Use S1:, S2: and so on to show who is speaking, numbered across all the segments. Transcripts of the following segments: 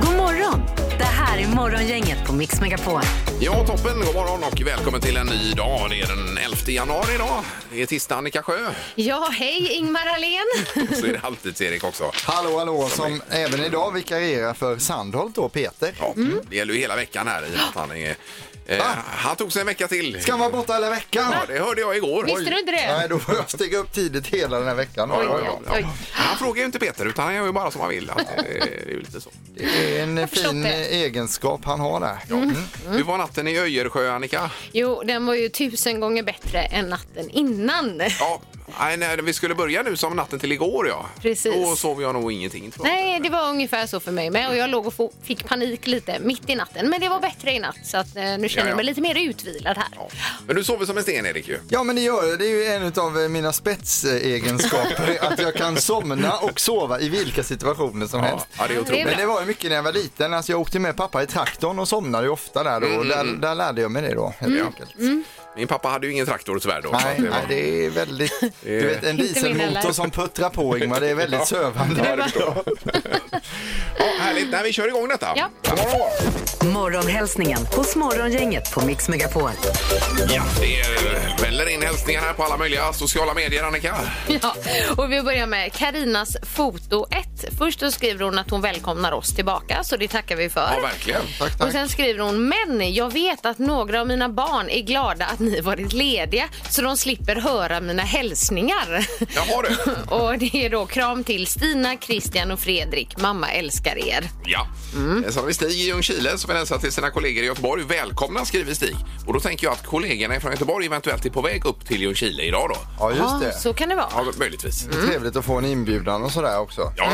S1: God morgon! Det här är Morgongänget på Mix Megapol.
S2: Ja, toppen. God morgon och välkommen till en ny dag. Det är den 11 januari idag. Det är tisdag, Annika Sjö.
S1: Ja, hej Ingmar Ahlén.
S2: Så är det alltid erik också.
S3: Hallå, hallå, som även idag vikarierar för Sandholt då, Peter.
S2: Ja,
S1: Mm.
S2: Det gäller ju hela veckan här. I att han, är, eh, han tog sig en vecka till.
S3: Ah. Ska han vara borta hela veckan?
S2: Ja, det hörde jag igår.
S1: Visste du inte det?
S3: Nej, då får jag stiga upp tidigt hela den här veckan.
S2: Ja, ja, ja, ja. Han frågar ju inte Peter, utan han gör ju bara som han vill. Att, eh, det är ju lite så.
S1: Mm.
S3: Det är en
S1: förstått
S3: fin
S1: det. Mm.
S3: egenskap han har där. Mm.
S2: Hur var natten i Öjersjö, Annika?
S1: Jo, den var ju tusen gånger bättre än natten innan.
S2: Ja, nej, när vi skulle börja nu som natten till igår, ja.
S1: Precis.
S2: Då sov jag nog ingenting. tror jag.
S1: Nej, det var ungefär så för mig med och jag låg och få- fick panik lite mitt i natten. Men det var bättre i natt så att eh, nu känner
S2: Ja, ja.
S1: jag mig lite mer utvilad här.
S2: Ja. Men du sover som en sten, Erik. Ju.
S3: Ja, men det gör det. Det är ju en av mina spetsegenskaper, att jag kan somna och sova i vilka situationer som
S2: Ja,
S3: helst.
S2: ja, det är
S1: Det är
S2: otroligt.
S1: bra.
S3: Men det var ju mycket när jag var liten. Alltså jag åkte med pappa i traktorn och somnade ju ofta där
S1: Mm,
S3: då. Och där, där lärde jag mig det då, helt enkelt.
S2: Min pappa hade ju ingen traktor tyvärr då. så
S3: Nej,
S2: att det var-
S3: nej, det är väldigt... Du vet, en
S1: Inte min heller.
S3: dieselmotor som puttrar på, Ingmar, det är väldigt
S2: Ja, det
S3: sövande.
S2: förstår jag. ja, härligt. Nej, vi kör igång detta.
S1: Ja.
S2: God morgon.
S4: Morgonhälsningen hos Morgongänget på Mix Megapol.
S2: ja. Det är- väller in hälsningar här på alla möjliga sociala medier, Annika.
S1: Ja, och vi börjar med Karinas foto 1. Först så skriver hon att hon välkomnar oss tillbaka, så det tackar vi för.
S2: Ja, verkligen.
S1: Och sen skriver hon, men jag vet att några av mina barn är glada att ni varit lediga så de slipper höra mina hälsningar.
S2: Jaha, du.
S1: och det är då kram till Stina, Christian och Fredrik. Mamma älskar er.
S2: Ja. Mm. Sen har vi Stig i Ljungskile som vill hälsa till sina kollegor i Göteborg. Välkomna, skriver Stig. Och då tänker jag att kollegorna från Göteborg eventuellt är på väg upp till Ljungskile idag då.
S3: Ja, just
S1: Ja,
S3: det.
S1: Ah, så kan det vara.
S2: Ja, möjligtvis.
S3: Det är Trevligt att få en inbjudan och sådär också.
S2: Ja.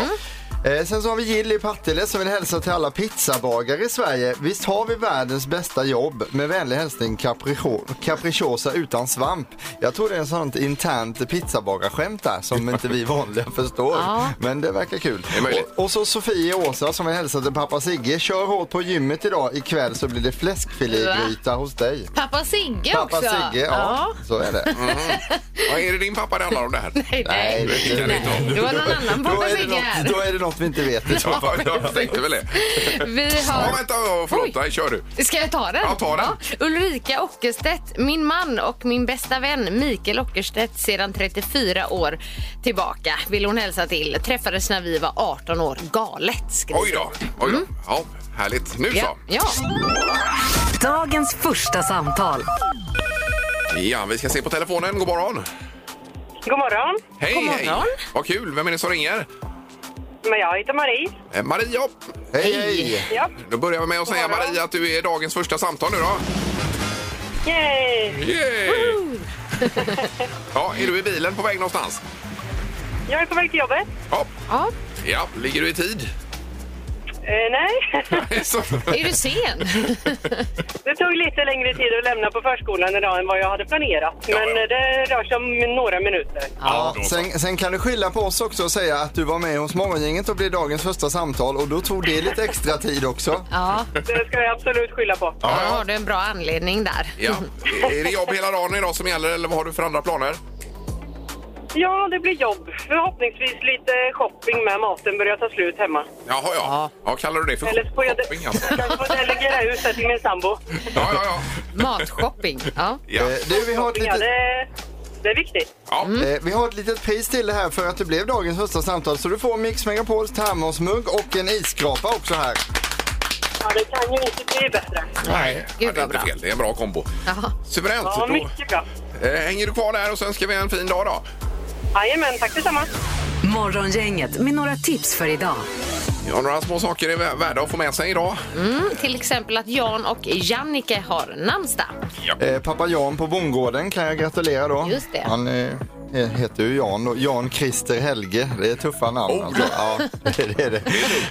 S3: Eh, sen så har vi Jill i Partille som vill hälsa till alla pizzabagare i Sverige. Visst har vi världens bästa jobb? Med vänlig hälsning Capricho- Capricciosa utan svamp. Jag tror det är en sånt internt pizzabagarskämt där som inte vi vanliga förstår.
S1: Ja.
S3: Men det verkar kul.
S2: Det är möjligt.
S3: Och, och så Sofie och Åsa som vill hälsa till pappa Sigge. Kör hårt på gymmet idag. Ikväll så blir det fläskfilégryta hos dig.
S1: Pappa Sigge
S3: Pappa
S1: också.
S3: Sigge, ja, så är det.
S2: Ja, är det din pappa det handlar om det här?
S1: Nej,
S3: Nej,
S1: nej.
S3: det-
S1: Det var någon annan
S3: Då
S1: pappa
S3: är, det
S1: Sigge här.
S3: något, då är det något vi inte vet idag.
S2: Ja, jag tänkte väl det.
S1: Vi
S2: Ja,
S1: har...
S2: vänta, förlåt.
S1: Oj.
S2: Nej, kör du.
S1: Ska jag ta den?
S2: Ja, ta den.
S1: Ulrika Ockerstedt, min man och min bästa vän Mikael Ockerstedt sedan 34 år tillbaka vill hon hälsa till. Träffades när vi var 18 år. Galet skrev
S2: Oj då. Oj då. Mm. Ja, härligt. Nu
S1: Ja,
S2: så.
S1: ja.
S4: Dagens första samtal.
S2: Ja, vi ska se på telefonen. God morgon.
S5: God morgon.
S2: Hej,
S1: God morgon.
S2: hej. Vad kul. Vem är det som ringer?
S5: Men jag heter Marie.
S2: Eh, Maria.
S3: Hej, hej!
S5: Ja.
S2: Då börjar vi med att säga
S5: God morgon.
S2: Maria att du är dagens första samtal nu då.
S5: Yay!
S2: Yay! ja, är du i bilen på väg någonstans?
S5: Jag är på väg till jobbet.
S2: Ja.
S1: ja.
S2: ja. Ligger du i tid?
S5: Eh, nej,
S2: Så-
S1: Är du sen?
S5: det tog lite längre tid att lämna på förskolan idag än vad jag hade planerat.
S2: Ja,
S5: Men
S2: ja.
S5: eh, det rör sig om några minuter.
S2: ja,
S3: Ja,
S2: då så.
S3: sen, sen kan du skylla på oss också och säga att du var med hos Morgongänget och blev dagens första samtal och då tog det lite extra tid också.
S1: Ja,
S5: Det ska jag absolut skylla på.
S1: då har du en bra anledning där.
S2: ja. Är det jobb hela dagen idag som gäller eller vad har du för andra planer?
S5: Ja, det blir jobb. Förhoppningsvis lite shopping med maten börjar ta slut hemma.
S2: Jaha, ja. ja kallar du det för
S5: Eller så får jag, de-
S2: shopping alltså?
S5: jag får delegera ut det till min sambo.
S2: Ja, ja, ja.
S1: Matshopping. Ja.
S2: ja.
S3: Eh, Du, vi har ett
S5: Ja,
S3: litet...
S5: det, det är viktigt.
S2: ja.
S3: eh, Vi har ett litet pris till det här för att det blev dagens första samtal så du får Mix Megapols termosmugg och en isskrapa också här.
S5: Ja, det kan ju inte bli bättre.
S2: Nej,
S1: Gud,
S2: det är
S1: vad
S2: inte
S1: bra.
S2: fel. Det är en bra kombo.
S1: Ja.
S2: Suveränt.
S5: Ja, mycket bra.
S2: Då, eh, hänger du kvar där och så önskar vi en fin dag då.
S5: Jajamän, tack detsamma.
S4: Morgongänget med några tips för idag.
S2: Ja, några små saker är vä- värda att få med sig idag.
S1: Mm, till exempel att Jan och Jannike har namnsdag.
S2: Ja.
S3: Eh, Pappa Jan på bondgården kan jag gratulera då.
S1: Just det.
S3: Han eh, eh, heter ju Jan och Jan Christer Helge. Det är tuffa namn
S2: Oh,
S3: alltså. Ja, det är det.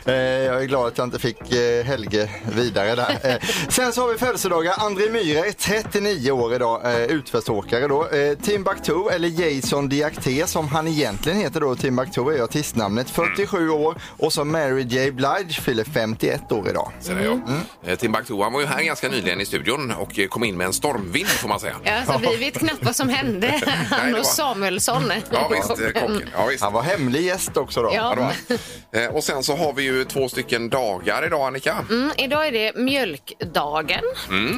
S3: Eh, Jag är glad att jag inte fick eh, Helge vidare där. Eh, Sen så har vi födelsedagar. André Myhre är 39 år idag, eh, utförsåkare då. Eh, Timbuktu, eller Jason Diakité som han egentligen heter då. Timbuktu är ju artistnamnet. 47 år och så Mary J Blige fyller 51 år idag.
S2: Sen är jag. Eh, Timbuktu, han var ju här ganska nyligen i studion och eh, kom in med en stormvind får man säga.
S1: Ja, alltså, vi vet knappt vad som hände. Han
S2: det var-
S1: och Samuelsson.
S2: Ja, visst, eh, kocken. Ja, visst.
S3: Han var hemlig gäst också då.
S1: Ja.
S2: Ja, det var han. Eh, Och sen så har vi ju två stycken dagar idag, Annika.
S1: Mm, idag är det mjölkdagen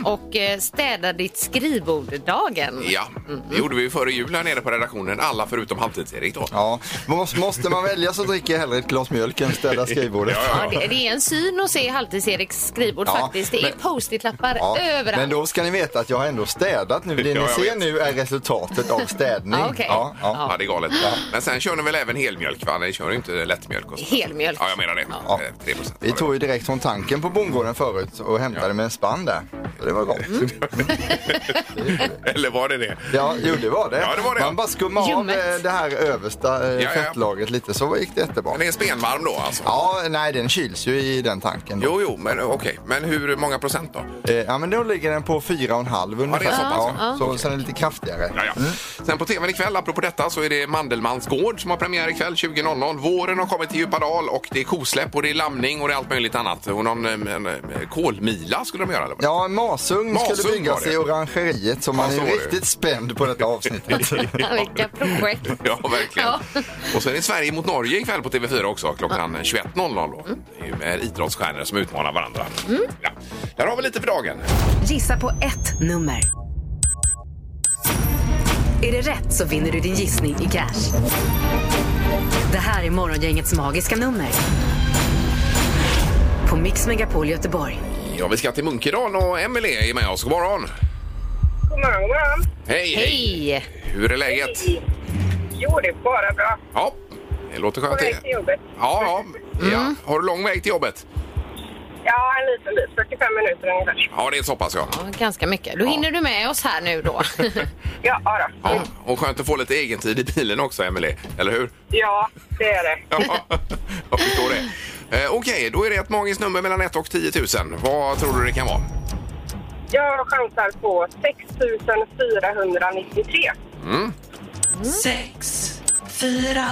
S1: och eh, städa ditt skrivbord-dagen.
S2: Ja, det gjorde vi ju före jul här nere på redaktionen. Alla förutom halvtids-Erik då.
S3: Ja, måste- måste man välja så dricker jag hellre ett glas mjölk än städa skrivbordet.
S1: Ja, det, det är en syn att se Halvtids-Eriks skrivbord
S3: Ja,
S1: faktiskt. Det är
S3: men-
S1: post-it-lappar
S3: Ja,
S1: överallt.
S3: Men då ska ni veta att jag har ändå städat nu. Det
S2: Ja,
S3: ni
S2: jag
S3: ser
S2: vet.
S3: nu är resultatet av städning.
S1: Ja, Ah, okej.
S3: ja, ja.
S2: Ja, det är galet. Men sen kör ni väl även helmjölk? Va? Ni kör ju inte lättmjölk. Och sånt.
S1: Helmjölk.
S2: Ja, jag menar det.
S1: Ja.
S2: Eh, 3 procent.
S3: Vi tog ju direkt från tanken på bondgården förut och hämtade med en spann där. Så Det var gott.
S2: Mm. Eller var det det?
S3: Ja, jo, det var det.
S2: Ja, det var det.
S3: Man bara skummade av
S1: Ljummet.
S3: eh, det här översta eh,
S2: ja.
S3: fettlagret lite så gick det jättebra.
S2: Men det är spenvarm då alltså?
S3: Ja, nej den kyls ju i den tanken. Då.
S2: Jo, jo, men okej. Men hur många procent då?
S3: Eh, Ja, men då ligger den på 4,5 ungefär.
S2: så pass, ja.
S3: så, så den är lite kraftigare.
S2: Ja, ja. Sen på tvn ikväll, apropå detta, så är det Mandelmans gård som har premiär ikväll 20.00. Våren har kommit till Djupadal och det är kosläpp och det är lamning och det är allt möjligt annat. Och någon en, en, eh, kolmila skulle de göra eller? vad?
S3: Ja, en masugn,
S2: Masugn
S3: skulle
S2: var
S3: byggas
S2: det.
S3: i orangeriet så man
S2: Ja, så
S3: är
S2: var det.
S3: riktigt spänd på detta avsnittet.
S1: Vilka projekt.
S2: Ja, verkligen.
S1: Ja.
S2: Och sen är det Sverige mot Norge ikväll på TV4 också klockan 21.00. Då. Det är ju med idrottsstjärnor som utmanar varandra. Ja. Där har vi lite för dagen.
S4: Gissa på ett nummer. Är det rätt så vinner du din gissning i cash. Det här är Morgongängets magiska nummer. På Mix Megapol Göteborg.
S2: Ja, vi ska till Munkedal och Emelie är med oss. God morgon!
S6: God morgon, god morgon.
S2: Hej, hej!
S1: Hej!
S2: Hur är läget?
S6: Jo, det är bara bra.
S2: Ja, det låter
S6: På
S2: skönt.
S6: väg till
S2: det.
S6: jobbet.
S2: Ja,
S1: Mm.
S2: ja. ja. Har du lång väg till jobbet?
S6: Ja, en liten bit. 45 minuter ungefär.
S2: Ja, det är så pass ja.
S1: Ja, ganska mycket. Då hinner du med oss här nu då.
S6: Ja, ja då.
S2: ja. Och skönt att få lite egentid i bilen också, Emelie. Eller hur?
S6: Ja, det är det.
S2: Ja, jag förstår det. Eh, Okej, då är det ett magiskt nummer mellan 1 och 10 000. Vad tror du det kan vara?
S6: Jag chansar på 6 493.
S7: sex, fyra,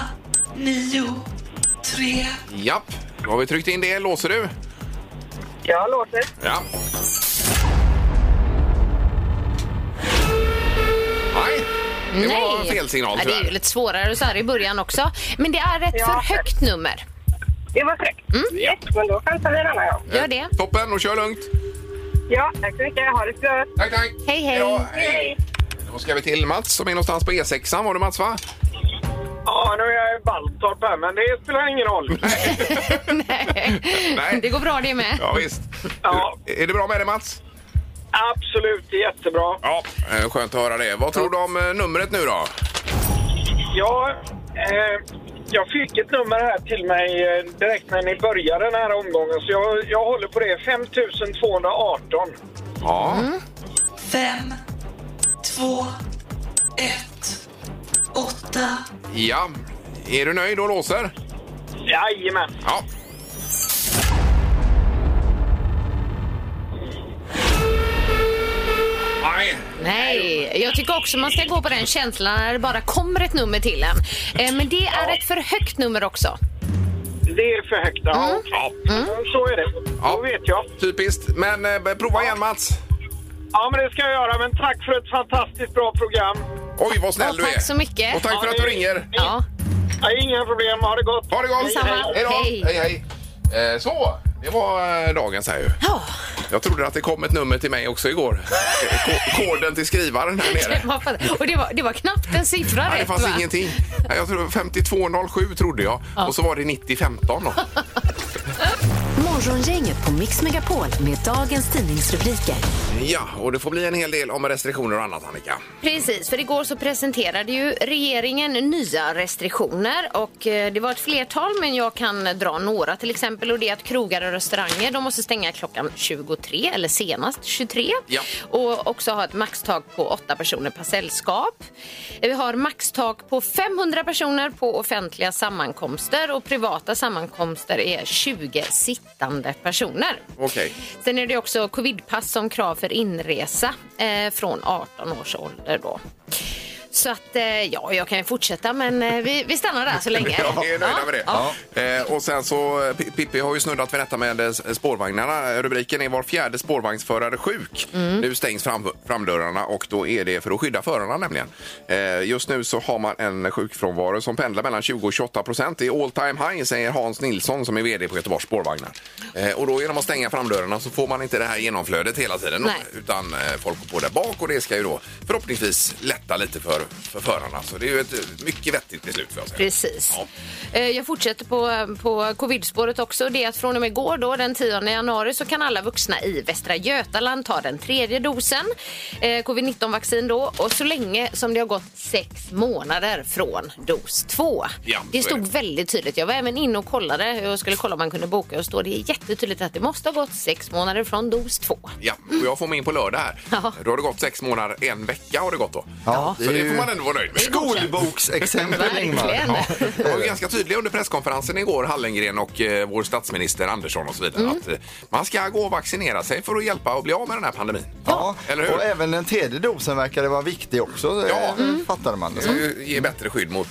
S7: nio, tre.
S2: Japp, då har vi tryckt in det. Låser du?
S6: Jag låter.
S2: Ja. Nej, det var
S1: Nej.
S2: fel signal
S1: ja, Det är ju
S2: tyvärr.
S1: lite svårare så här i början också. Men det är ett
S6: Ja.
S1: för högt nummer.
S6: Det var fräckt.
S2: Mm.
S6: Yes, men då chansar vi en annan gång.
S1: Gör det.
S2: Toppen och kör lugnt.
S6: Ja, tack så mycket. Ha det så bra.
S2: Tack, tack.
S1: Hej, hej.
S2: då.
S6: Hej.
S2: Då ska vi till Mats som är någonstans på E6. Var det Mats, va?
S5: Ja, nu är jag i Baltorp här, men det spelar ingen roll.
S2: Nej.
S1: Nej. Det går bra det med.
S2: Ja, visst.
S5: Ja.
S2: Är det bra med dig, Mats?
S5: Absolut, det är jättebra.
S2: Ja. Eh, Skönt att höra det. Vad tror du om eh, numret nu då?
S5: Ja, eh, jag fick ett nummer här till mig eh, direkt när ni började den här omgången, så jag, jag håller på det. 5218.
S2: Ja.
S7: Fem, två, ett, åtta.
S2: Ja. Är du nöjd och låser?
S5: Jajamän.
S2: Ja. Nej.
S1: Nej, jag tycker också man ska gå på den känslan när det bara kommer ett nummer till en. Eh, Men det är ett för högt nummer också.
S5: Det är för högt. Ja, okej. Så är det.
S2: Mm. Ja.
S5: Då vet jag.
S2: Typiskt. Men eh, prova igen, Mats.
S5: Ja, men det ska jag göra. Men tack för ett fantastiskt bra program.
S2: Oj, vad snäll
S1: Ja,
S2: du är.
S1: tack så mycket.
S2: Och tack för
S5: Ja,
S2: att du
S5: det-
S2: ringer.
S1: Ja,
S5: Ja, inga problem. Ha det gott.
S2: Ha det gott!
S1: Detsamma.
S2: Hej då!
S1: Hej.
S2: Hej, hej. Eh, Så, det var eh, dagens här ju.
S1: Ja.
S2: Jag trodde att det kom ett nummer till mig också igår. Eh, ko- Koden till skrivaren här nere.
S1: det var, fan- och det var, det var knappt en siffra
S2: Ja, det
S1: rätt
S2: fanns
S1: va?
S2: ingenting. Nej, Jag tror 5207 trodde jag och så var det 9015 då.
S4: Morgongänget på Mix Megapol med dagens tidningsrubriker.
S2: Ja, och det får bli en hel del om restriktioner och annat, Annika.
S1: Precis, för igår så presenterade ju regeringen nya restriktioner och eh, det var ett flertal men jag kan dra några till exempel och det är att krogar och restauranger de måste stänga klockan 23 eller senast 23
S2: Ja.
S1: och också ha ett maxtak på 8 personer per sällskap. Eh, Vi har maxtak på 500 personer på offentliga sammankomster och privata sammankomster är 20 sittande personer.
S2: Okej.
S1: Sen är det också covidpass som krav för inresa eh, från 18 års ålder. Då. Så att, eh, ja, jag kan ju fortsätta men eh, vi, vi stannar där så länge.
S2: Ja, vi är nöjda
S1: Ja,
S2: med det.
S1: ja.
S2: Eh, och sen så, eh, P- Pippi har ju snuddat vid detta med eh, spårvagnarna. Rubriken är Var fjärde spårvagnsförare sjuk.
S1: Mm.
S2: Nu stängs fram, framdörrarna och då är det för att skydda förarna nämligen. Eh, just nu så har man en sjukfrånvaro som pendlar mellan 20 och 28 procent. Det är all time high säger Hans Nilsson som är VD på Göteborgs spårvagnar. Eh, och då genom att stänga framdörrarna så får man inte det här genomflödet hela tiden.
S1: Nej.
S2: Utan eh, folk går på där bak och det ska ju då förhoppningsvis lätta lite för, för förarna. Så det är ju ett eh, mycket vettigt beslut för jag säga.
S1: Precis.
S2: Ja.
S1: Eh, Jag fortsätter på, på covid-spåret också. Det är att från och med igår, då, den 10 januari, så kan alla vuxna i Västra Götaland ta den tredje dosen eh, covid-19-vaccin då och så länge som det har gått sex månader från dos två.
S2: Ja, så är
S1: det stod
S2: det.
S1: väldigt tydligt. Jag var även inne och kollade. Jag skulle kolla om man kunde boka och stå. Det är jättetydligt att det måste ha gått sex månader från dos två.
S2: Ja, och jag får mig in på lördag här.
S1: Ja.
S2: Då har det gått sex månader, en vecka har det gått då.
S3: Ja,
S2: Så det får man ändå vara nöjd med.
S3: Skolboksexempel Ingmar.
S1: Verkligen.
S2: De var ju ganska tydliga under presskonferensen igår, Hallengren och eh, vår statsminister Andersson och så vidare, att eh, man ska gå och vaccinera sig för att hjälpa och bli av med den här pandemin.
S3: Ja,
S2: Eller hur?
S3: och även den tredje dosen verkade vara viktig också,
S2: Ja. Mm.
S3: ja. fattade man. det
S2: Det
S3: som.
S2: ska ju ge bättre skydd mot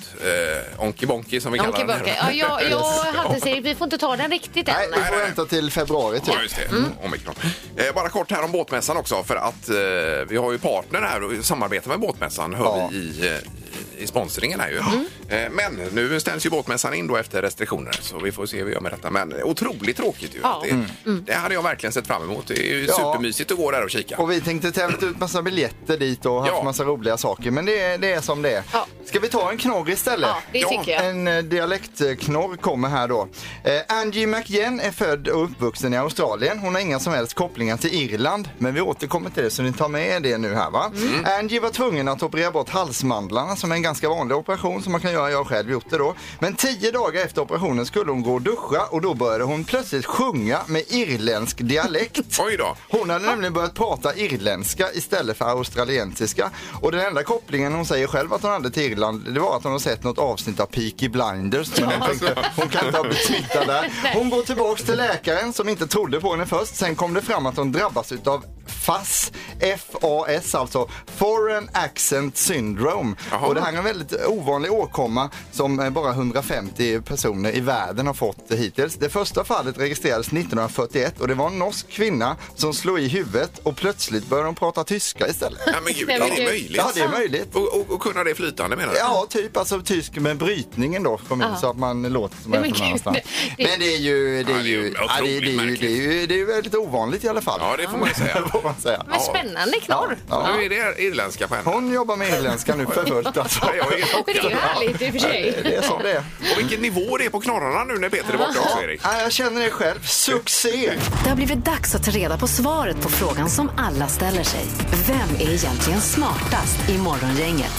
S2: eh, Onky Bonky som vi kallar
S1: Okej,
S2: den. här.
S1: okej. Ja, jag, jag hade sagt, vi får inte ta den riktigt än.
S3: Nej, vi får
S2: nej.
S3: vänta till februari typ.
S2: Ja, just det. Omikron. Eh, bara kort här om båtmässan också för att eh, vi har ju partner här och samarbetar med båtmässan hör
S3: Ja.
S2: vi i, eh, i sponsringen här ju. Eh, men nu ställs ju båtmässan in då efter restriktioner så vi får se hur vi gör med detta. Men otroligt tråkigt ju.
S1: Ja.
S2: att Det, det hade jag verkligen sett fram emot. Det är ju
S3: Ja.
S2: supermysigt att gå där och kika.
S3: Och vi tänkte tävla ut massa biljetter dit och haft
S2: Ja.
S3: massa roliga saker. Men det, är- det är som det är.
S1: Ja.
S3: Ska vi ta en knorr istället?
S1: Ja, det
S2: Ja,
S1: tycker jag.
S3: En eh, dialektknorr kommer här då. Eh, Angie McGinn är född och uppvuxen i Australien. Hon har inga som helst kopplingar till Irland, men vi återkommer till det så ni tar med er det nu här va.
S2: Mm.
S3: Angie var tvungen att operera bort halsmandlarna som är en ganska vanlig operation som man kan göra. Jag har själv gjort det då. Men tio dagar efter operationen skulle hon gå och duscha och då började hon plötsligt sjunga med irländsk dialekt.
S2: Oj då!
S3: Hon hade nämligen börjat prata irländska istället för australiensiska. Och den enda kopplingen hon säger själv att hon hade till Irland, det var att hon har sett något avsnitt av Peaky Blinders. Men hon, tänkte, hon kan inte ha blivit smittad där. Hon går tillbaks till läkaren som inte trodde på henne först. Sen kom det fram att hon drabbas utav FAS, F-A-S alltså, Foreign Accent Syndrome.
S2: Jaha.
S3: Och det här är en väldigt ovanlig åkomma som eh, bara 150 personer i världen har fått hittills. Det första fallet registrerades 1941 och det var en norsk kvinna som slog i huvudet och plötsligt började hon prata tyska istället.
S2: Nej men gud,
S1: Nej,
S2: är
S1: men
S2: det
S1: gud.
S2: möjligt?
S3: Ja, det är möjligt.
S2: Och, och, och kunna det flytande menar du?
S3: Ja, typ alltså tysk med brytningen då kom in
S1: Ja.
S3: så att man låter som
S1: Nej,
S3: en
S1: men
S3: från
S1: gud,
S3: annanstans.
S1: det-
S3: Men det är ju, det
S2: Ja,
S3: är
S2: det är ju
S3: ju, ja, det är
S2: otroligt
S3: det är ju, det är ju, det är ju väldigt ovanligt i alla fall.
S2: Ja, det får man ju säga.
S3: får man säga.
S1: Men spännande knorr.
S3: Ja.
S2: Nu är det irländska på henne.
S3: Hon jobbar med irländska nu för fullt alltså.
S2: Ja, jag är helt
S1: Men det är ju härligt i och för sig.
S3: Det är som det är.
S2: Och vilken nivå det är på knorrarna nu när Peter är borta också, Erik.
S3: Ja, jag känner det själv. Succé!
S4: Det har blivit dags att ta reda på svaret på frågan som alla ställer sig. Vem är egentligen smartast i Morgongänget?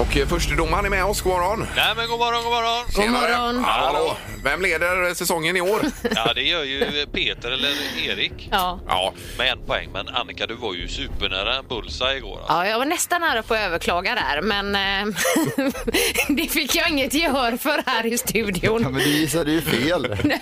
S2: Och eh, förstedomaren är med oss. God morgon!
S8: Nej men god morgon, god morgon.
S2: God
S1: morgon.
S2: Hallå. Vem leder eh, säsongen i år?
S8: Ja det gör ju Peter eller Erik
S1: Ja.
S2: ja,
S8: med en poäng. Men Annika du var ju supernära en bullseye igår. Alltså.
S1: Ja, jag var nästan nära på att överklaga där, men eh, det fick jag inget gehör för här i
S3: Ja,
S1: studion.
S3: men du gissade ju fel.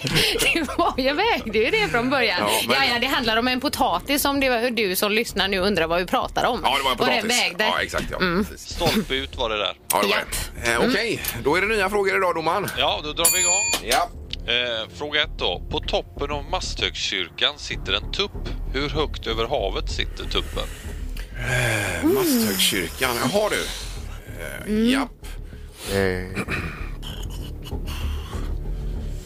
S1: Det var, jag vägde ju det från början.
S2: Ja,
S1: Ja,
S2: men-
S1: ja, det handlar om en potatis om det var du som lyssnar nu undrar vad vi pratar om.
S2: ja, det var en
S1: Och den
S2: potatis.
S1: vägde.
S2: Ja, exakt. Ja, precis.
S8: Stolpe ut var det där.
S2: ja, det var
S1: Japp.
S2: det. Eh, Okej, då är det nya frågor idag, domaren.
S8: Ja, då drar vi igång.
S2: Ja.
S8: Eh, fråga ett då. På toppen av Masthögskyrkan sitter en tupp. Hur högt över havet sitter tuppen?
S2: Masthögskyrkan. Jaha, du. Eh, Japp.
S3: Eh.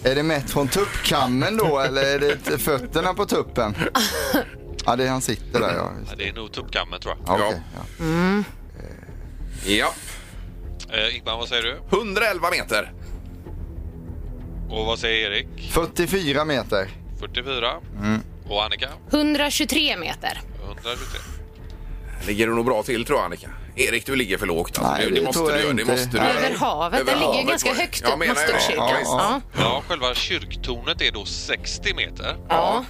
S3: Är det mätt från tuppkammen då eller är det fötterna på tuppen? Ja, det är han sitter där. Ja,
S8: Ja, Det är nog tuppkammen tror jag.
S3: ja, okej, ja.
S2: Japp.
S8: Eh, Ingmar, vad säger du?
S2: 111 meter.
S8: Och vad säger Erik?
S3: 44 meter.
S9: 44.
S8: Mm.
S9: Och Annika?
S1: 123 meter.
S9: 123.
S2: Ligger du nog bra till tror jag Annika? Erik, du ligger för lågt. Alltså.
S8: Nej,
S2: Nej, det,
S8: det
S2: måste
S8: tror
S2: du
S8: jag
S2: göra. Det
S8: inte.
S2: måste du göra.
S1: Över havet.
S2: Över
S1: Den ligger ju
S2: havet
S1: ganska
S2: var det.
S1: högt
S2: Jag
S1: upp,
S2: menar ju det.
S1: Mostorkyrkan.
S2: Ja, visst.
S1: Ja.
S9: Ja, själva kyrktornet är då 60 meter.
S1: Ja.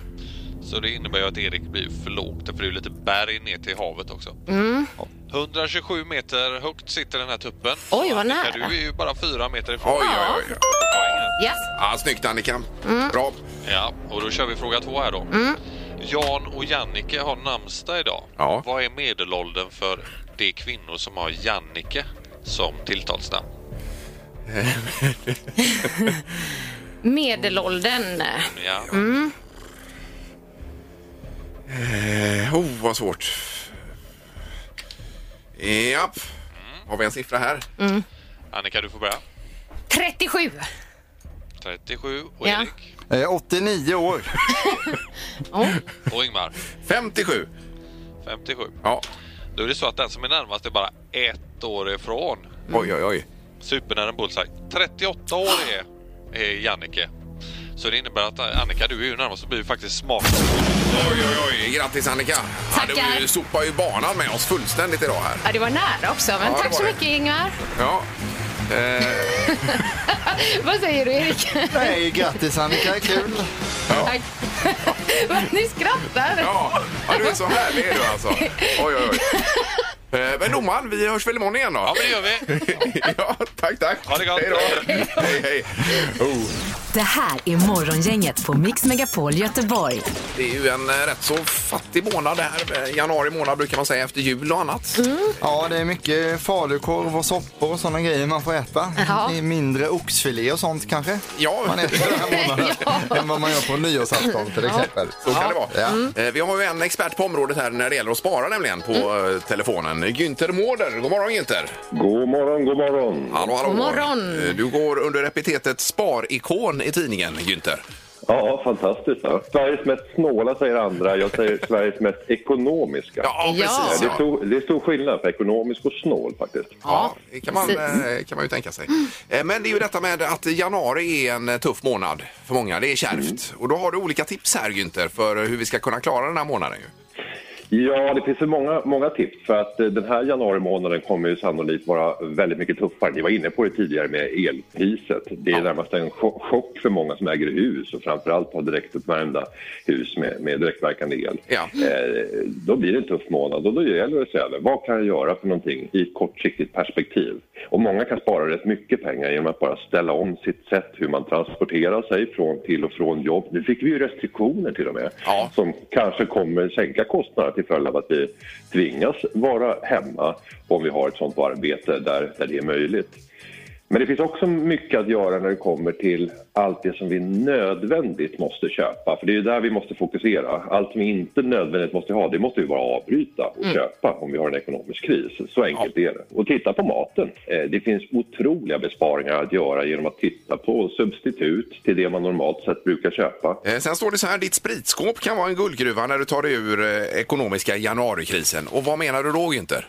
S9: Så det innebär ju att Erik blir för lågt, för det är ju lite berg ner till havet också.
S1: Mm.
S9: 127 meter högt sitter den här tuppen.
S1: Oj, vad
S9: Annika,
S1: nära.
S9: Du är ju bara fyra meter ifrån.
S2: Oj, oj, oj.
S1: Ja.
S2: Ja, snyggt Annika.
S1: Mm.
S2: Bra.
S9: Ja, och då kör vi fråga två här då. Jan och Jannike har namnsdag idag.
S2: Ja.
S9: Vad är medelåldern för de kvinnor som har Jannike som tilltalsnamn?
S1: Medelåldern.
S9: Ja.
S1: Mm.
S2: Eh, oh, vad svårt. Japp. Har vi en siffra här?
S1: Mm.
S9: Annika, du får börja.
S1: 37.
S9: 37 och
S1: Ja.
S9: Erik
S8: Eh, 89 år.
S9: och Ingmar.
S2: 57.
S9: 57.
S2: Ja.
S9: Då är det så att den som är närmast är bara ett år ifrån.
S2: Oj, oj, oj.
S9: Supernära bullseye. 38 år är, är Jannike. Så det innebär att eh, Annika, du är ju närmast och blir ju faktiskt smakad.
S2: Oj, oj, oj. Grattis Annika. Ja,
S1: Tackar.
S2: du sopar ju banan med oss fullständigt idag här.
S1: Ja, det var nära också. Men
S2: Ja, det
S1: tack
S2: var
S1: så
S2: det.
S1: mycket, Ingvar.
S2: Ja. Eh,
S1: Vad säger du, Erik?
S8: Nej, grattis Annika, kul.
S1: Tack. Vad Ni skrattar.
S2: ja. ja, du är så härlig är du alltså. Oj, oj, oj. Eh, Men domaren, vi hörs väl imorgon igen då?
S9: Ja, men det gör vi.
S2: ja, tack, tack.
S9: Ha det gott.
S2: Hej då. Hej, hej. Oh.
S4: Det här är Morgongänget på Mix Megapol Göteborg.
S2: Det är ju en eh, rätt så fattig månad det här. Eh, Januari månad brukar man säga efter jul och annat.
S8: Ja, det är mycket falukorv och soppor och sådana grejer man får äta.
S1: Jaha.
S8: Det är mindre oxfilé och sånt kanske.
S2: Ja,
S8: Man äter den här månaden än vad man gör på nyårsafton till exempel.
S2: så kan det vara.
S8: Ja.
S2: Eh, Vi har ju en expert på området här när det gäller att spara nämligen på eh, telefonen. Günther Mårder. God morgon Günther!
S3: God morgon, god morgon.
S2: Hallå, hallå.
S1: God morgon.
S2: Eh, Du går under epitetet sparikon i tidningen Günther.
S3: Ja, fantastiskt. va? Sveriges mest snåla säger andra, jag säger Sveriges mest ekonomiska.
S2: Ja,
S1: Ja.
S2: precis.
S3: Det är,
S2: Ja.
S3: stor, det är stor skillnad på ekonomisk och snål faktiskt.
S2: Ja, det kan man,
S1: Precis.
S2: eh, kan man ju tänka sig. Eh, Men det är ju detta med att januari är en eh, tuff månad för många. Det är kärvt.
S1: Mm.
S2: Och då har du olika tips här Günther för eh, hur vi ska kunna klara den här månaden. Ju.
S3: Ja, det finns ju många, många tips för att eh, den här januari månaden kommer ju sannolikt vara väldigt mycket tuffare. Ni var inne på det tidigare med elpriset. Det är närmast en cho- chock för många som äger hus och framförallt har direktuppvärmda hus med, med direktverkande el.
S2: Ja.
S3: Eh, då blir det en tuff månad och då gäller det att se över vad kan jag göra för någonting i ett kortsiktigt perspektiv. Och många kan spara rätt mycket pengar genom att bara ställa om sitt sätt hur man transporterar sig från, till och från jobb. Nu fick vi ju restriktioner till och med
S2: Ja.
S3: som kanske kommer sänka kostnaderna till följd av att vi tvingas vara hemma om vi har ett sånt arbete där, där det är möjligt. Men det finns också mycket att göra när det kommer till allt det som vi nödvändigt måste köpa. För det är ju där vi måste fokusera. Allt som vi inte nödvändigt måste ha, det måste vi bara avbryta och köpa om vi har en ekonomisk kris. Så enkelt är det. Och titta på maten. Eh, Det finns otroliga besparingar att göra genom att titta på substitut till det man normalt sett brukar köpa.
S2: Eh, Sen står det så här, ditt spritskåp kan vara en guldgruva när du tar dig ur eh, ekonomiska januarikrisen. Och vad menar du då Günther?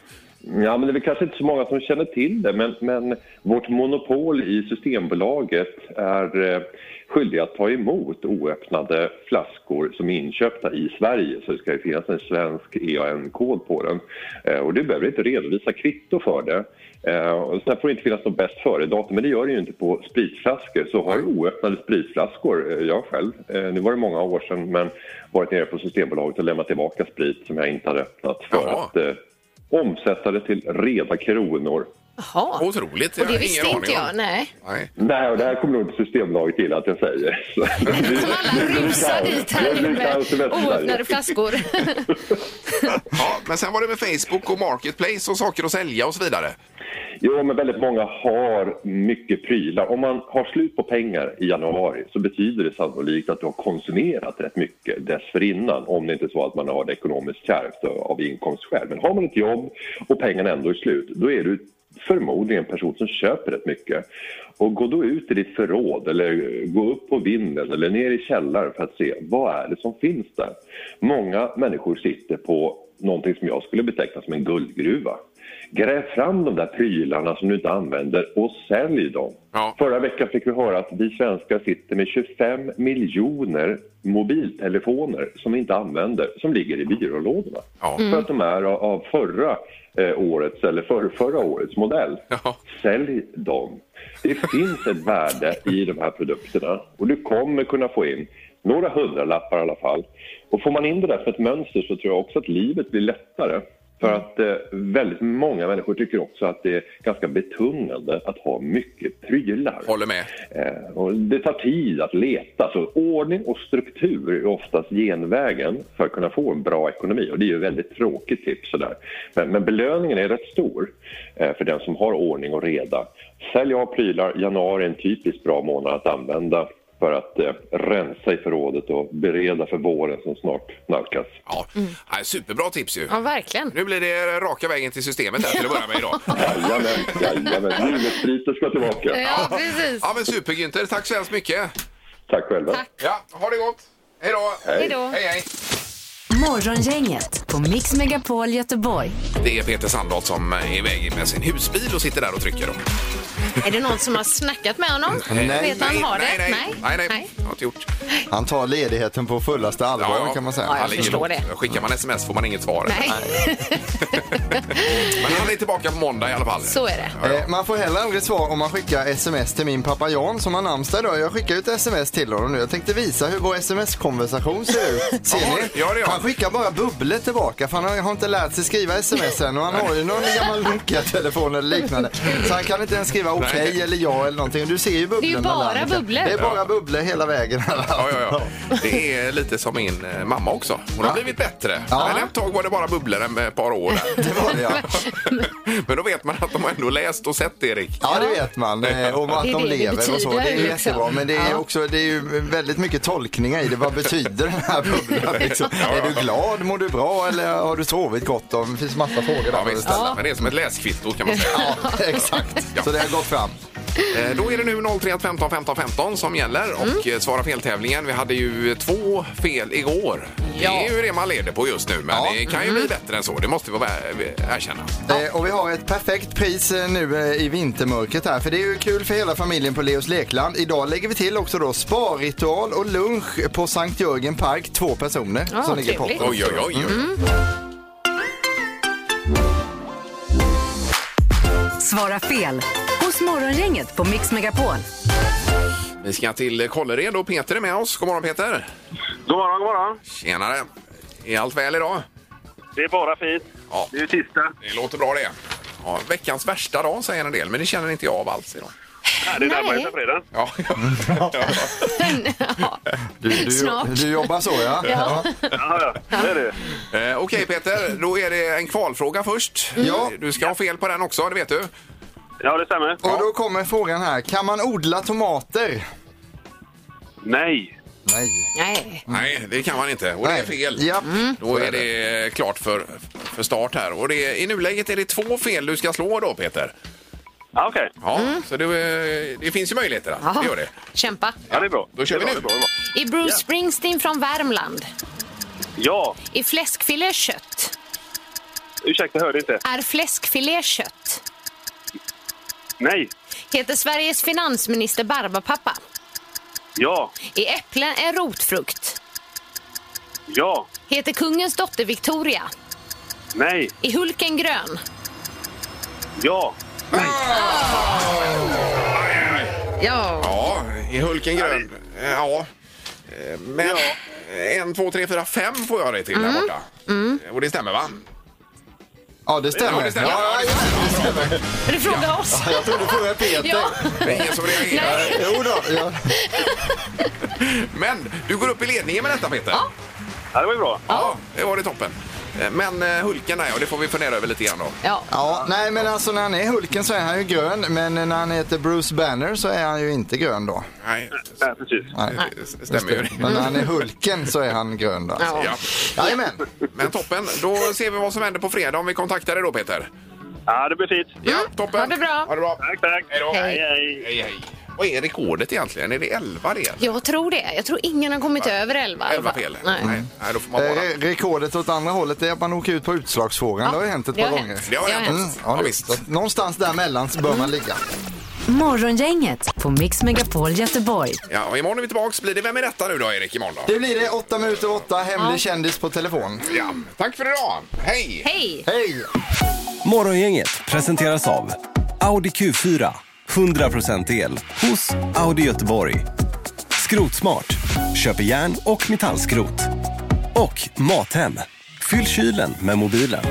S3: Ja, men det är väl kanske inte så många som känner till det, men, men vårt monopol i Systembolaget är eh, skyldiga att ta emot oöppnade flaskor som är inköpta i Sverige, så det ska ju finnas en svensk EAN-kod på den. Eh, och du behöver inte redovisa kvitto för det. Eh, och sen får det inte finnas något bäst före-datum, men det gör det ju inte på spritflaskor. Så har du oöppnade spritflaskor, eh, jag själv, eh, nu var det många år sedan, men varit nere på Systembolaget och lämnat tillbaka sprit som jag inte hade öppnat för
S2: Jaha.
S3: att eh, omsätta det till reda kronor.
S1: Jaha.
S3: eh,
S2: Otroligt,
S1: Och
S2: jag har
S1: det visste
S2: ingen
S1: inte jag.
S2: aning om.
S1: Nej.
S2: Nej.
S3: Nej, och det här kommer nog inte Systembolaget gilla att jag säger. Så det-
S1: Som alla
S3: det blir
S1: rusar
S3: kaos.
S1: dit
S3: Det
S1: här
S3: blir
S1: nu med
S3: kaos i Västsverige.
S1: oöppnade flaskor.
S2: Ja, men sen var det med Facebook och Marketplace och saker att sälja och så vidare.
S3: Jo, men väldigt många har mycket prylar. Om man har slut på pengar i januari så betyder det sannolikt att du har konsumerat rätt mycket dessförinnan om det inte är så att man har det ekonomiskt kärvt av inkomstskäl. Men har man ett jobb och pengarna ändå är slut, då är du förmodligen en person som köper rätt mycket. Och gå då ut i ditt förråd eller gå upp på vinden eller ner i källaren för att se vad är det som finns där. Många människor sitter på någonting som jag skulle beteckna som en guldgruva. Gräv fram de där prylarna som du inte använder och sälj dem. Förra veckan fick vi höra att vi svenskar sitter med 25 miljoner mobiltelefoner som vi inte använder, som ligger i byrålådorna.
S10: Mm.
S3: För att de är av- av förra eh, årets eller för, förra årets modell. Sälj dem. Det finns ett värde i de här produkterna och du kommer kunna få in några hundralappar i alla fall. Och får man in det där som ett mönster så tror jag också att livet blir lättare. För att eh, väldigt många människor tycker också att det är ganska betungande att ha mycket prylar.
S2: Håller med.
S3: Eh, och det tar tid att leta, så ordning och struktur är oftast genvägen för att kunna få en bra ekonomi. Och det är ju ett väldigt tråkigt tips. Sådär. Men, men belöningen är rätt stor eh, för den som har ordning och reda. Sälj av prylar. Januari är en typiskt bra månad att använda för att eh, rensa i förrådet och bereda för våren som snart nalkas.
S2: Ja. Nej, superbra tips ju.
S1: Mm. Ja, verkligen.
S2: Nu blir det raka vägen till systemet här till att börja med idag.
S3: Jajamän, jajamän. Julespriten ska tillbaka.
S1: Ja, precis.
S2: Ja, men super Günther. Tack så hemskt mycket.
S3: Tack själva.
S2: Ja, ha det gott. Hej då.
S4: Hej. Hej då.
S2: Hej, hej.
S4: Morgongänget på Mix Megapol Göteborg.
S2: Det är Peter Sandholt som är iväg med sin husbil och sitter där och trycker. Då.
S1: Är det någon som har snackat med honom? Vet han har det?
S2: Nej, nej, nej, nej, nej. Jag har inte gjort.
S8: Han tar ledigheten på fullaste allvar kan man säga.
S2: Han ligger lågt. Skickar man sms får man inget svar.
S1: Nej.
S2: Men han är tillbaka på måndag i alla fall.
S1: Så är det.
S8: Eh, Man får heller aldrig svar om man skickar sms till min pappa Jan som har namnsdag idag. Jag skickar ju ett sms till honom nu. Jag tänkte visa hur vår sms-konversation ser ut. Ser ni? Han skickar bara bubblor tillbaka för han har- har inte lärt sig skriva sms än och han har ju någon gammal Nokia-telefon eller liknande. Så han kan inte ens skriva okej
S2: Nej.
S8: eller ja eller någonting. Du ser ju bubblorna.
S1: Det är ju bara
S8: där, Annika.
S1: bubblor.
S8: Det är bara bubblor hela vägen.
S2: Ja, ja, ja. Det är lite som min eh, mamma också. Hon har blivit bättre. Men ett tag var det bara bubblor med ett par år. Där.
S8: Det var det, ja.
S2: Men då vet man att de har ändå läst och sett Erik.
S8: Ja, det vet man. Eh, Och att
S2: Det är
S8: de
S2: det det
S8: lever och så. Det är
S2: betyder,
S8: ju jättebra.
S2: liksom.
S8: Men det är,
S2: Ja.
S8: också, det är ju väldigt mycket tolkningar i det. Vad betyder den här bubblan? Liksom? Är du glad? Mår du bra? Eller har du sovit gott? Och Det finns massa frågor där.
S2: Ja,
S8: man vill
S2: visst.
S8: ställa.
S2: Men det är som ett läskvitto kan man säga.
S8: Ja, exakt. Så det har gått fram.
S2: Eh, Då är det nu 031 15 15 15 som gäller och
S8: Mm.
S2: eh, svara fel-tävlingen. Vi hade ju två fel igår. Det är ju det man leder på just nu, men det kan ju
S8: Mm.
S2: bli bättre än så. Det måste vi vara- erkänna.
S8: Eh, Och vi har ett perfekt pris eh, nu eh, i vintermörkret här. För det är ju kul för hela familjen på Leos Lekland. Idag lägger vi till också då sparritual och lunch på Sankt Jörgen Park. Två personer
S2: Ja,
S8: som ligger i
S2: trevligt.
S8: potten.
S2: Oj, oj, oj, oj.
S8: Mm.
S4: Svara fel hos Morgongänget på Mix Megapol.
S2: Vi ska till Kållered och Peter är med oss. God morgon Peter!
S11: God morgon, god morgon.
S2: Tjenare! Är allt väl idag?
S11: Det är bara fint.
S2: Ja.
S11: Det är ju tisdag.
S2: Det låter bra det. Ja, veckans värsta dag säger en del, men det känner inte jag av alls idag.
S11: Nej, det är närmare sig fredag.
S2: Ja.
S8: Du,
S11: Snart.
S8: du jobbar så ja.
S11: Ja. ja, ja, det är det.
S2: Eh, Okej Peter, då är det en kvalfråga först.
S8: Ja.
S2: Du ska ha fel på den också, det vet du.
S11: Ja, det stämmer.
S8: Och då kommer frågan här. Kan man odla tomater?
S11: Nej.
S8: Nej.
S1: Nej.
S2: Nej, det kan man inte. Och det är fel. Mm. Då är det klart för, för start här. Och det, I nuläget är det två fel du ska slå då, Peter.
S11: Ja, okej.
S2: Ja, Så det, eh, det finns ju möjligheter. att Det gör det.
S1: Kämpa.
S2: Ja, det är bra. Då kör vi nu.
S1: Är Bruce Springsteen från Värmland?
S11: Ja,
S1: Är fläskfilé kött?
S11: ursäkta, jag hörde inte.
S1: Är fläskfilé kött?
S11: Nej.
S1: Heter Sveriges finansminister Barbapapa?
S11: Ja.
S1: Är äpplen en rotfrukt?
S11: Ja.
S1: Heter kungens dotter Victoria?
S11: Nej.
S1: Är Hulken grön?
S11: Ja.
S1: Ja.
S2: Ja, i Hulken grön. Eh, Ja. Eh, Men en, två, tre, fyra, fem får jag det till där
S8: Mm.
S2: borta. Eh, Och det stämmer, va?
S8: Ja, det stämmer.
S2: Ja, det stämmer.
S8: Ja, ja,
S1: Men du frågar oss.
S8: Ja, jag trodde du frågade Peter.
S1: Ja.
S2: Det är ingen som reagerar.
S1: Nej.
S8: Jo då, ja.
S2: Men du går upp i ledningen med detta, Peter. Ja,
S11: ja det var ju bra.
S2: Ja, det var det toppen. Eh, Men eh, Hulken, där, ja, det får vi fundera över lite grann då.
S1: Ja.
S8: ja, nej men alltså när han är Hulken så är han ju grön, men när han heter Bruce Banner så är han ju inte grön då.
S2: Nej,
S11: Nej, precis.
S8: Nej.
S2: det stämmer ju.
S8: Men när han är Hulken så är han grön då. Alltså.
S2: Ja.
S8: Jajamän.
S2: Men toppen, då ser vi vad som händer på fredag om vi kontaktar dig då Peter.
S11: Ja, det blir fint.
S2: Ja, toppen.
S1: Ha det bra.
S2: Ha det bra.
S11: Tack, tack.
S2: Hej då.
S11: Hej, hej.
S2: hej, hej. Vad är rekordet egentligen? Är det 11 det?
S1: Jag tror det. Jag tror ingen har kommit över 11.
S2: 11 fel?
S1: Nej.
S2: Nej. Nej, då får man bara...
S8: Eh, rekordet åt andra hållet är att man åker ut på utslagsfrågan.
S1: Ja,
S8: det har ju hänt ett
S1: det
S8: par
S1: har
S8: gånger. Mm,
S1: hänt. Det har Det har hänt. hänt.
S8: ja, visst. Så Någonstans däremellan så bör man ligga.
S4: Morgongänget på Mix Megapol Göteborg.
S2: Ja, och imorgon är vi tillbaka. Blir det Vem är detta nu då, Erik? Imorgon då?
S8: Det blir det, åtta minuter åtta, hemlig
S2: Ja.
S8: kändis på telefon.
S2: Ja. Tack för idag! Hej!
S1: Hej!
S8: Hej!
S3: Morgongänget presenteras av Audi Q4. 100% el hos Audi Göteborg. Skrotsmart. Köper järn och metallskrot. Och Mathem. Fyll kylen med mobilen.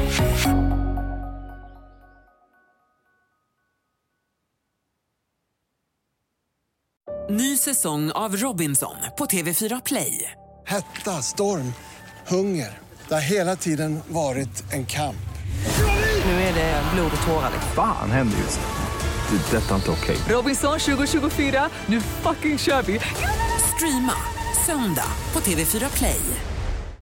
S12: Ny säsong av Robinson på TV4 Play.
S13: Hetta, storm, hunger. Det har hela tiden varit en kamp.
S12: Nu är det blod och tårar. liksom.
S14: Fan händer just det. Det är detta inte okej.
S12: Robinson 2024, nu fucking kör vi! Streama söndag på TV4 Play.